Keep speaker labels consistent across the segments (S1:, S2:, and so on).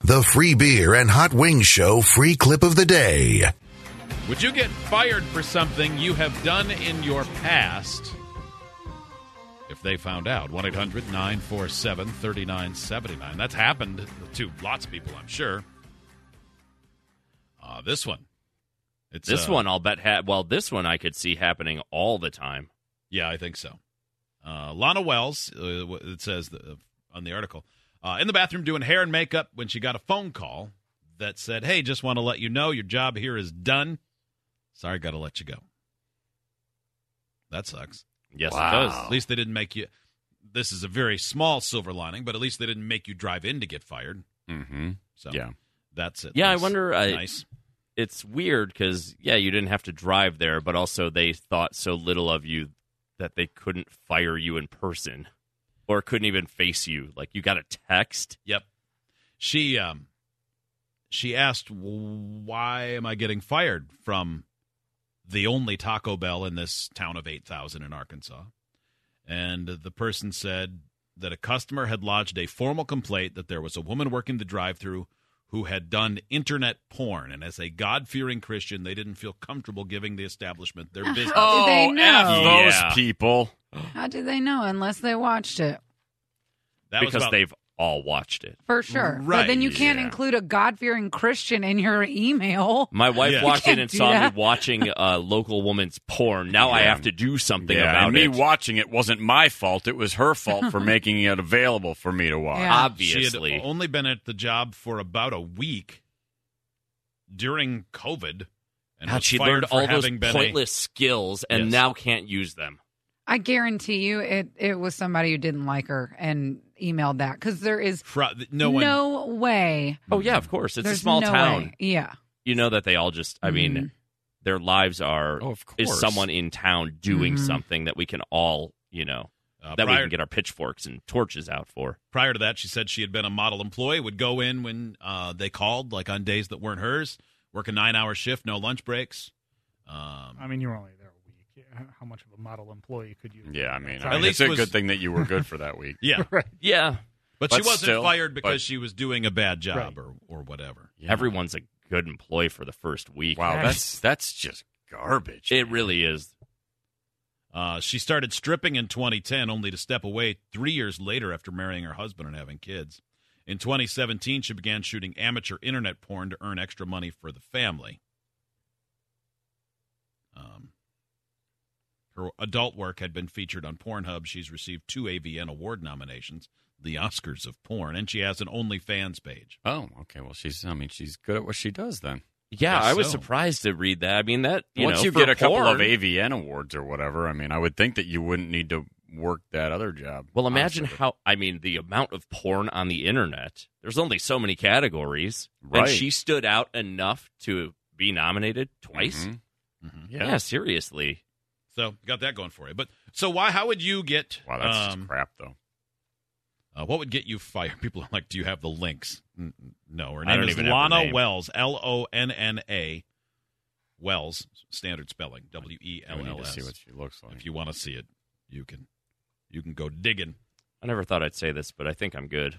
S1: The free beer and hot wings show free clip of the day.
S2: Would you get fired for something you have done in your past? If they found out, 1 800 947 3979. That's happened to lots of people, I'm sure. Uh, this one. It's
S3: This
S2: uh,
S3: one, I'll bet. Ha- well, this one I could see happening all the time.
S2: Yeah, I think so. Uh, Lana Wells, uh, w- it says the, on the article, uh, in the bathroom doing hair and makeup when she got a phone call that said, Hey, just want to let you know your job here is done. Sorry, got to let you go. That sucks.
S3: Yes, it
S2: At
S3: does.
S2: least they didn't make you. This is a very small silver lining, but at least they didn't make you drive in to get fired.
S3: Mm-hmm.
S2: So
S3: Yeah.
S2: that's it.
S3: Yeah, I wonder, uh,
S2: nice.
S3: It's weird because yeah, you didn't have to drive there, but also they thought so little of you that they couldn't fire you in person or couldn't even face you. Like you got a text.
S2: Yep. She um she asked why am I getting fired from the only Taco Bell in this town of 8,000 in Arkansas. And the person said that a customer had lodged a formal complaint that there was a woman working the drive-through who had done internet porn and as a God-fearing Christian, they didn't feel comfortable giving the establishment their business.
S4: Do they know?
S3: Oh, those
S5: people.
S4: How do they know unless they watched it?
S2: That was
S3: because
S2: about-
S3: they've all watched it.
S4: For sure.
S2: Right,
S4: But then you can't
S3: yeah.
S4: include a God fearing Christian in your email.
S3: My wife
S2: Yeah.
S3: walked
S4: You
S3: in
S4: can't
S3: and
S4: do
S3: saw
S4: that.
S3: me watching a local woman's porn. Now I
S5: Yeah.
S3: have to do something
S5: Yeah,
S3: about
S5: and me
S3: it.
S5: watching it wasn't my fault. It was her fault for making it available for me to watch.
S4: Yeah.
S3: Obviously,
S2: She had only been at the job for about a week during COVID, and
S3: God,
S2: was
S3: she
S2: fired
S3: learned
S2: for
S3: all those
S2: having been a-
S3: pointless skills and
S2: Yes.
S3: now can't use them.
S4: I guarantee you it, it was somebody who didn't like her and emailed that because there is
S2: Pro- no one.
S4: way.
S3: Oh yeah, of course. It's
S4: There's
S3: a small
S4: no
S3: town.
S4: way. Yeah.
S3: You know that they all just. I mean,
S4: Mhm.
S3: their lives are.
S5: Oh, of course.
S3: Is someone in town doing
S4: Mhm.
S3: something that we can all, you know,
S2: uh,
S3: that we
S2: prior,
S3: can get our pitchforks and torches out for?
S2: prior to that, she said she had been a model employee, would go in when uh, they called, like on days that weren't hers, work a nine-hour shift, no lunch breaks.
S6: I
S2: Um,
S6: mean, you were only there a week. Yeah, How much of a model employee could you?
S5: Yeah, I mean,
S6: Sorry.
S2: At
S5: I-
S2: least
S5: it's a
S2: was-
S5: good thing that you were good for that week.
S2: yeah,
S3: Yeah,
S2: but, she
S5: But
S2: wasn't
S5: still,
S2: fired because
S5: but-
S2: she was doing a bad job or or whatever.
S5: Yeah.
S3: everyone's a good employee for the first week.
S5: Wow,
S6: Right.
S5: that's that's just garbage.
S3: it really is.
S2: Uh, she started stripping in 2010, only to step away three years later after marrying her husband and having kids. In 2017, she began shooting amateur internet porn to earn extra money for the family. Um, her adult work had been featured on Pornhub. She's received two AVN award nominations, the Oscars of porn, and she has an OnlyFans page.
S5: Oh, okay. Well, she's. I mean, she's good at what she does. Then
S3: Yeah,
S2: Guess
S3: I was
S2: so.
S3: surprised to read that. I mean, that you
S5: once
S3: know,
S5: you
S3: for
S5: get a couple of
S3: porn-
S5: AVN awards or whatever, I mean, I would think that you wouldn't need to work that other job.
S3: Well, imagine
S5: honestly.
S3: how I mean the amount of porn on the internet. There's only so many categories,
S5: Right.
S3: and she stood out enough to be nominated twice.
S5: Mhm.
S2: Mhm.
S3: Yeah.
S5: Yeah.
S3: seriously.
S2: So, got that going for you. But so, why? How would you get?
S5: Wow, that's just
S2: um,
S5: crap though.
S2: Uh, what would get you fired? People are like, "Do you have the links?" N- n- No, her
S3: I
S2: name
S3: don't
S2: is
S3: even have her
S2: Lana
S3: name.
S2: Wells, L O N N A, Wells, standard spelling, W E
S5: I
S2: L
S5: would need
S2: L
S5: to
S2: S.
S5: see what she looks like.
S2: If you want to see it, you can, you can go digging.
S3: I never thought I'd say this, but I think I'm good.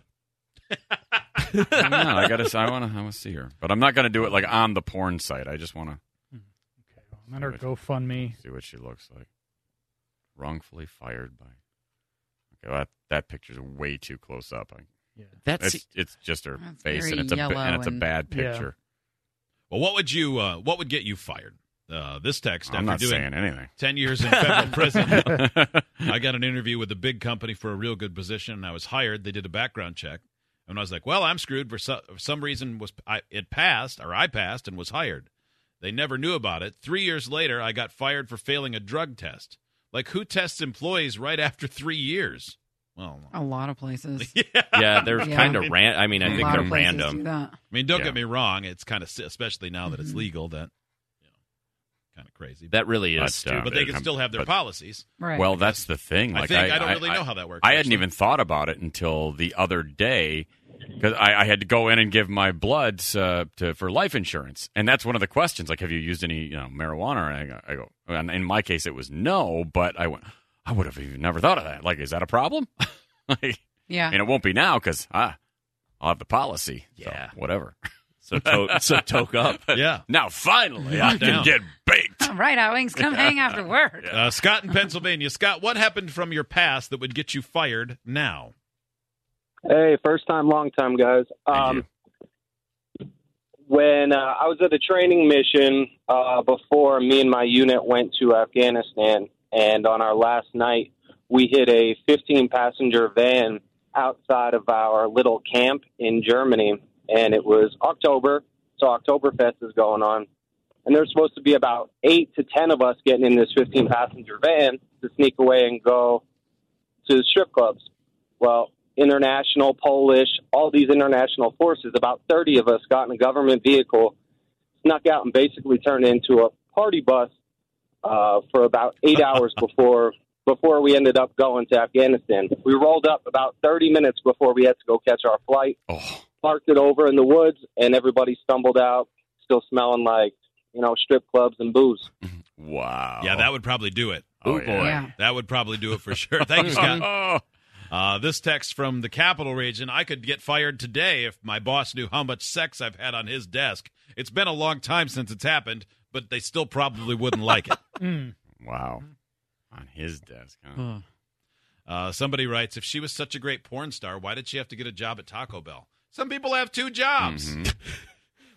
S5: I don't know. I gotta. I want to. I want to see her, but I'm not gonna do it like on the porn site. I just want to
S6: Okay, well, I'm at her GoFundMe.
S5: see what she looks like. Wrongfully fired by. Okay, well, that that picture's way too close up. I,
S3: That's
S5: it's it's just her
S4: That's
S5: face,
S4: very
S5: and it's a ba-
S4: yellow
S5: and it's a
S4: and-
S5: bad
S6: Yeah.
S5: picture.
S2: Well, what would you? Uh, what would get you fired? Uh, this text after
S5: I'm not
S2: doing
S5: saying anything.
S2: ten years in federal prison, I got an interview with a big company for a real good position, and I was hired. They did a background check, and I was like, "Well, I'm screwed." For, so, for some reason, was I, it passed or I passed and was hired. They never knew about it. Three years later, I got fired for failing a drug test. Like, who tests employees right after three years? Well,
S4: A lot of places.
S2: yeah.
S3: yeah, they're
S4: Yeah.
S3: kind of ran. I mean, I
S5: A
S4: a
S3: think
S4: lot
S3: they're
S4: of places do
S3: random.
S4: that.
S2: I mean, don't
S5: Yeah.
S2: get me wrong. It's kind of especially now that it's
S4: Mhm.
S2: legal that you know, kind of crazy.
S3: That really is
S5: But, uh,
S3: stupid.
S2: but they can still have their
S5: But-
S2: policies.
S4: Right.
S5: Well, that's the thing. Like,
S2: I think I, don't really know how that works.
S5: I hadn't
S2: actually.
S5: even thought about it until the other day because I, I had to go in and give my bloods uh, to, for life insurance, and that's one of the questions. Like, have you used any you know, marijuana? And I go, I go and in my case, it was no, but I went. I would have even never thought of that. Like, is that a problem? like,
S4: yeah.
S5: and it won't be now because I, ah, I'll have the policy. So,
S3: Yeah.
S5: whatever.
S3: So to- so toke up.
S2: Yeah.
S5: Now finally, I
S2: Down.
S5: can get baked.
S4: All right, Hot Wings, come hang after work.
S2: Uh, Scott in Pennsylvania. Scott, what happened from your past that would get you fired now?
S7: Hey, first time, long time, guys. Um, when uh, I was at a training mission uh, before me and my unit went to Afghanistan, and on our last night, we hit a 15 passenger van outside of our little camp in Germany, and it was October, so Oktoberfest is going on. And there's supposed to be about eight to 10 of us getting in this 15 passenger van to sneak away and go to strip clubs. Well, international, Polish, all these international forces, about 30 of us got in a government vehicle, snuck out, and basically turned into a party bus uh, for about eight hours before before we ended up going to Afghanistan. We rolled up about 30 minutes before we had to go catch our flight,
S5: Oh,
S7: parked it over in the woods, and everybody stumbled out, still smelling like, you know, strip clubs and booze.
S5: wow.
S2: Yeah, that would probably do it.
S5: Oh,
S3: Ooh, boy.
S4: Yeah.
S2: That would probably do it for sure. Thank you, Scott.
S5: Oh,
S2: Uh, this text from the capital region I could get fired today if my boss knew how much sex I've had on his desk. It's been a long time since it's happened, but they still probably wouldn't like it.
S6: Mm.
S5: wow. On his desk. Huh?
S2: Uh, somebody writes If she was such a great porn star, why did she have to get a job at Taco Bell? Some people have two jobs.
S5: Mhm.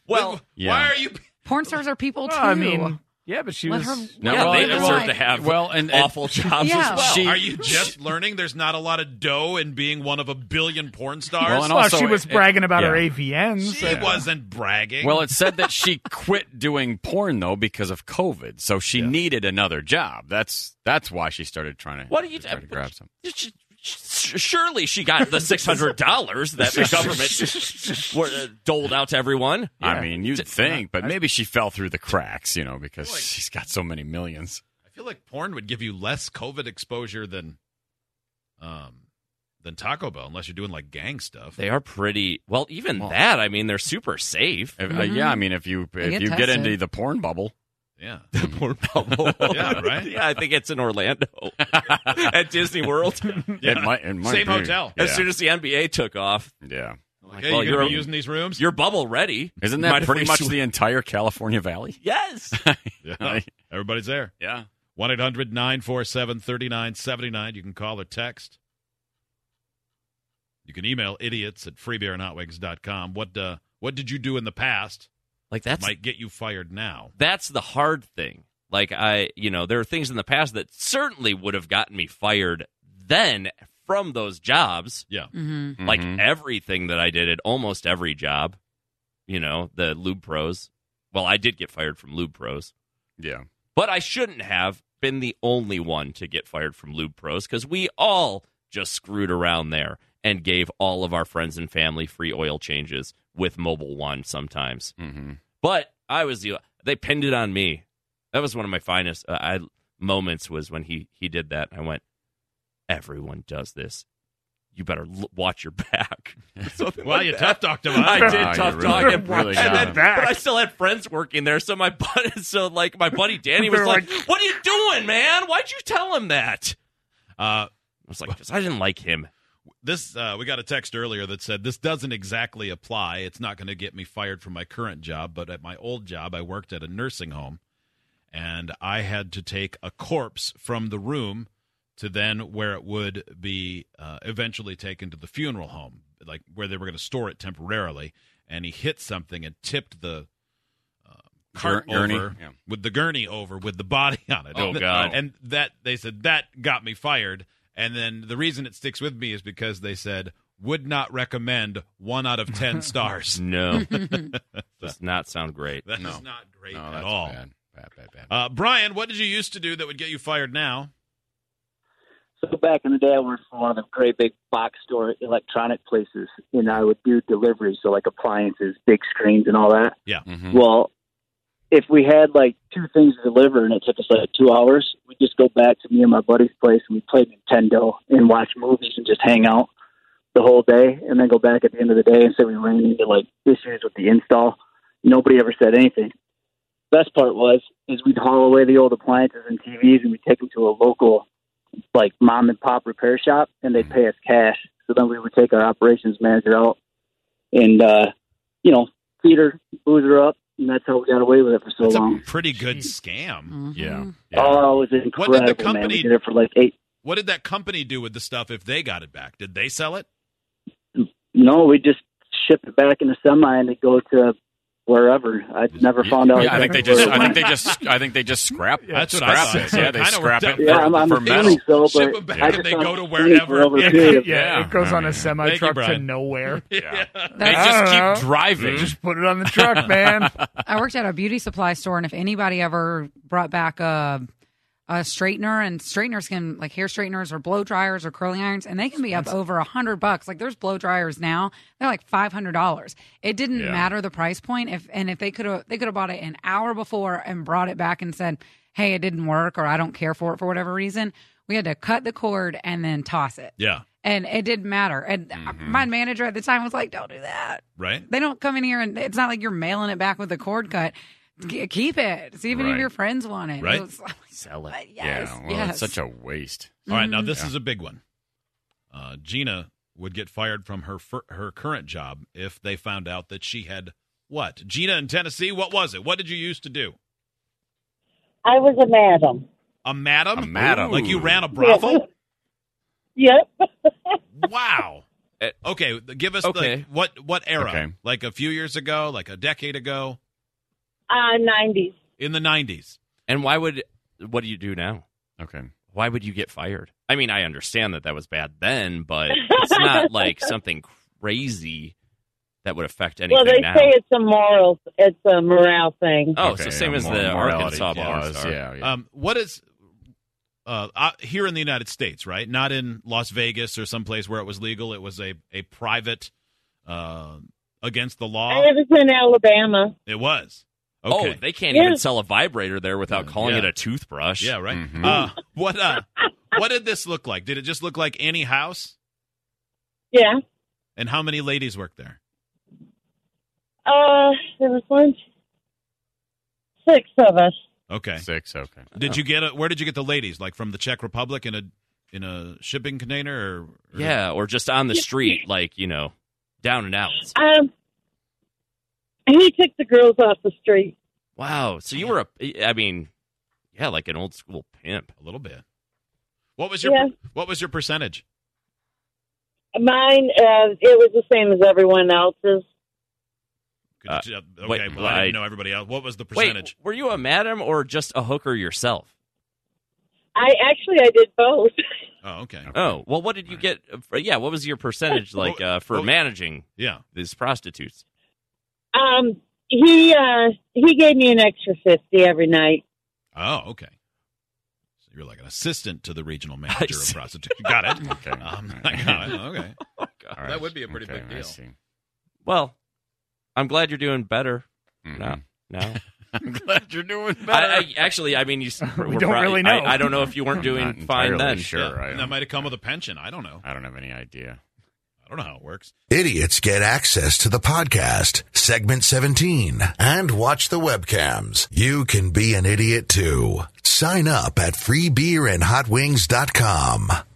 S2: Well,
S5: Yeah.
S2: why are you.
S4: Porn stars are people too.
S6: Well, I mean, yeah, but she
S4: Let
S6: was.
S4: her-
S5: No,
S3: yeah,
S5: well,
S3: they
S5: it-
S3: deserve
S5: well,
S3: to have
S5: well, and- and-
S3: awful jobs
S4: Yeah.
S3: as well.
S5: She-
S2: Are you just learning there's not a lot of dough in being one of a billion porn stars?
S5: Well, and
S6: Well,
S5: also
S6: she
S5: it-
S6: was
S5: it-
S6: bragging about her
S5: yeah.
S6: AVNs.
S2: she wasn't bragging.
S5: Well, it said that she quit doing porn though because of COVID, so she needed another job. That's that's why she started trying to.
S3: What are you
S5: to try to grab some?
S3: Sh- sh- Surely she got the six hundred dollars that the government were, uh, doled out to everyone.
S5: I mean, you'd think, but maybe she fell through the cracks, you know, because she's got so many millions.
S2: I feel like porn would give you less COVID exposure than um than Taco Bell, unless you're doing like gang stuff.
S3: They are pretty well. Even
S5: Well-
S3: that, I mean, they're super safe.
S5: If, uh, yeah, I mean, if you if
S4: get
S5: you get
S4: tested.
S5: into the porn bubble,
S2: yeah.
S3: yeah,
S2: right?
S3: Yeah, I think it's in Orlando at Disney World.
S2: Yeah.
S5: it might it might
S2: Same
S5: be-
S2: hotel.
S5: Yeah,
S3: As soon as the NBA took off,
S5: yeah.
S2: Like, hey,
S3: well,
S2: you're gonna be
S3: you're-
S2: using these rooms.
S3: your bubble ready.
S5: Isn't
S3: Mind
S5: that
S3: if
S5: pretty
S3: we
S5: much
S3: sw-
S5: the entire California Valley?
S3: Yes.
S2: yeah. Everybody's there.
S5: Yeah.
S2: 1 800 947 3979. You can call or text. You can email idiots at freebeerandhotwings.com. What, uh, what did you do in the past
S3: Like that's
S2: might get you fired now?
S3: that's the hard thing. Like I, you know, there are things in the past that certainly would have gotten me fired then from those jobs.
S4: hmm
S3: Like
S5: Mhm.
S3: everything that I did at almost every job, you know, the Lube Pros. Well, I did get fired from Lube Pros,
S5: yeah.
S3: but I shouldn't have been the only one to get fired from Lube Pros because we all just screwed around there and gave all of our friends and family free oil changes with Mobile One sometimes.
S5: hmm
S3: But I was the they pinned it on me. That was one of my finest uh, I, moments was when he he did that. I went, everyone does this. You better l- watch your back. Something
S2: Well,
S3: like
S2: you
S3: that.
S2: tough talked him
S3: I
S5: Wow,
S2: out.
S3: did
S5: you
S3: tough
S5: really-
S3: talk
S5: you
S3: him. and
S5: really got
S3: then,
S5: him.
S3: but I still had friends working there, so my buddy, so like my buddy Danny was
S6: They're
S3: like, "What are you doing, man? Why'd you tell him that?"
S2: Uh,
S3: I was like, "'Cause "I didn't like him."
S2: this uh, we got a text earlier that said this doesn't exactly apply it's not going to get me fired from my current job but at my old job i worked at a nursing home and i had to take a corpse from the room to then where it would be uh, eventually taken to the funeral home like where they were going to store it temporarily and he hit something and tipped the uh, cart
S5: Gur- gurney?
S2: over
S5: Yeah.
S2: with the gurney over with the body on it
S3: Oh,
S2: and,
S3: God.
S2: and that they said that got me fired and then the reason it sticks with me is because they said would not recommend one out of ten stars.
S3: No, does not sound great.
S2: That is
S5: No.
S2: not great
S5: No,
S2: at
S5: that's
S2: all.
S5: bad. Bad, bad, bad.
S2: Uh, Brian, what did you used to do that would get you fired now?
S8: So back in the day, I worked for one of the great big box store electronic places, and I would do deliveries, so like appliances, big screens, and all that.
S5: Mhm.
S8: Well, if we had like two things to deliver and it took us like two hours, we'd just go back to me and my buddy's place and we played Nintendo and watch movies and just hang out the whole day, and then go back at the end of the day and say we ran into like issues with the install. Nobody ever said anything. Best part was is we'd haul away the old appliances and TVs and we'd take them to a local like mom and pop repair shop and they'd pay us cash. So then we would take our operations manager out and uh, you know, theater booze her up, and that's how we got away with it for so
S2: That's a
S8: long.
S2: pretty good
S6: Jeez.
S2: scam.
S4: Mhm.
S5: Yeah.
S8: Oh, it was
S2: What did the
S8: incredible, man.
S2: company-
S8: We did it for like eight.
S2: What did that company do with the stuff if they got it back? Did they sell it?
S8: No, we just shipped it back in the semi and it go to wherever. I never found out.
S5: Yeah, I think they
S8: exactly where
S5: just.
S8: it
S5: I
S8: went.
S5: think they just. I think they just scrap.
S2: That's what I
S5: scrap
S2: thought.
S5: it.
S2: So
S5: Yeah,
S2: it
S5: they
S2: kinda
S5: scrap
S2: worked
S5: it
S2: out.
S8: yeah, I'm,
S5: for,
S8: I'm
S5: for metal.
S8: assuming so,
S2: Ship
S8: but
S2: 'em back
S8: I
S2: and
S8: just
S2: they
S8: found
S2: go to
S8: it
S2: wherever.
S8: for over
S2: Yeah.
S8: a period.
S5: Yeah.
S6: it goes
S5: I
S6: on
S5: mean,
S6: a semi truck to
S2: Brian.
S6: nowhere.
S5: Yeah. They
S4: That's-
S5: just
S6: I don't
S5: keep
S6: know.
S5: driving.
S6: Just put it on the truck, man.
S4: I worked at a beauty supply store, and if anybody ever brought back a a straightener, and straighteners can like hair straighteners or blow dryers or curling irons, and they can be up over a hundred bucks. Like there's blow dryers now, they're like five hundred dollars. It didn't
S5: Yeah.
S4: matter the price point. If and if they could have they could have bought it an hour before and brought it back and said, "Hey, it didn't work," or "I don't care for it for whatever reason." We had to cut the cord and then toss it,
S2: Yeah.
S4: and it didn't matter. And uh, my manager at the time was like, "Don't do that."
S2: Right?
S4: They don't come in here and it's not like you're mailing it back with a cord cut. K- keep it. See if any of
S5: Right.
S4: your friends want it.
S2: Right.
S4: It was-
S3: Sell it.
S4: Uh, yes.
S5: yeah. Well,
S4: yes.
S5: it's such a waste.
S2: All right, now this
S5: Mm-hmm. Yeah.
S2: is a big one. Uh, Gina would get fired from her fir- her current job if they found out that she had what? Gina in Tennessee, what was it? What did you used to do?
S9: I was a madam.
S2: A madam?
S5: A madam.
S2: Like you ran a brothel?
S9: Yep.
S2: wow.
S3: Eh,
S2: Okay, give us
S3: okay.
S2: the what what era?
S5: Okay.
S2: Like a few years ago, like a decade ago,
S9: Uh, 90s.
S2: in the 90s.
S3: And why would? What do you do now?
S5: Okay.
S3: Why would you get fired? I mean, I understand that that was bad then, but it's not like something crazy that would affect anything
S9: Well, they
S3: now.
S9: say it's a moral, it's a morale thing.
S3: oh,
S5: Okay,
S3: so same
S5: yeah,
S3: as
S5: mor-
S3: the
S5: morality
S3: Arkansas
S5: clause,
S3: bars. are.
S5: Yeah. yeah.
S2: Um, what is uh, uh, here in the United States, right? Not in Las Vegas or someplace where it was legal. It was a a private uh, against the law.
S9: I was in Alabama.
S2: It was
S3: Oh,
S2: okay. Mm,
S3: they can't
S9: Yeah.
S3: even sell a vibrator there without calling
S2: Yeah.
S3: it a toothbrush.
S2: yeah, right.
S5: Mhm.
S2: Uh, what uh, what did this look like? Did it just look like any house?
S9: Yeah.
S2: And how many ladies worked there?
S9: Uh, there was one, six of us.
S2: Okay. Oh,
S5: Six. Okay.
S3: Oh.
S2: Did you get a, where did you get the ladies? Like from the Czech Republic in a in a shipping container or, or-
S3: Yeah, or just on the street, like you know, down and out.
S9: Um, he took the girls off the street.
S3: Wow. So you were a, I mean, yeah, like an old school pimp.
S2: a little bit. What was your
S9: Yeah.
S2: what was your percentage?
S9: Mine, uh, it was the same as everyone else's.
S2: Could
S3: Uh,
S2: you- okay,
S3: wait,
S2: well, I
S3: I-
S2: didn't know everybody else. What was the percentage?
S3: Wait, were you a madam or just a hooker yourself?
S9: I actually, I did both.
S2: Oh, okay.
S3: Oh, well, what did you get? uh, For, yeah, what was your percentage like uh, for
S2: Oh.
S3: managing
S2: Yeah.
S3: these prostitutes?
S9: Um, he, uh, he gave me an extra 50 every night.
S2: Oh, okay. So you're like an assistant to the regional
S3: I
S2: manager of
S3: see.
S2: prostitution. Got it.
S5: Okay.
S2: Um, I got it. Okay.
S5: All right.
S2: That would be a pretty
S5: Okay,
S2: big
S5: I
S2: deal.
S5: see.
S3: Well, I'm glad you're doing better
S5: Mhm.
S3: No. now.
S5: I'm glad you're doing better.
S3: I, I, actually, I mean, you s-
S6: We
S3: we're
S6: don't
S3: probably-
S6: really know.
S3: I, I don't know if you weren't
S5: I'm
S3: doing
S5: not
S3: fine
S5: entirely
S3: then.
S5: Sure.
S2: Yeah.
S5: I,
S2: And that might have come with a pension. I don't know.
S5: I don't have any idea.
S2: I don't know how it works.
S1: Idiots get access to the podcast, segment 17, and watch the webcams. You can be an idiot too. Sign up at freebeerandhotwings.com.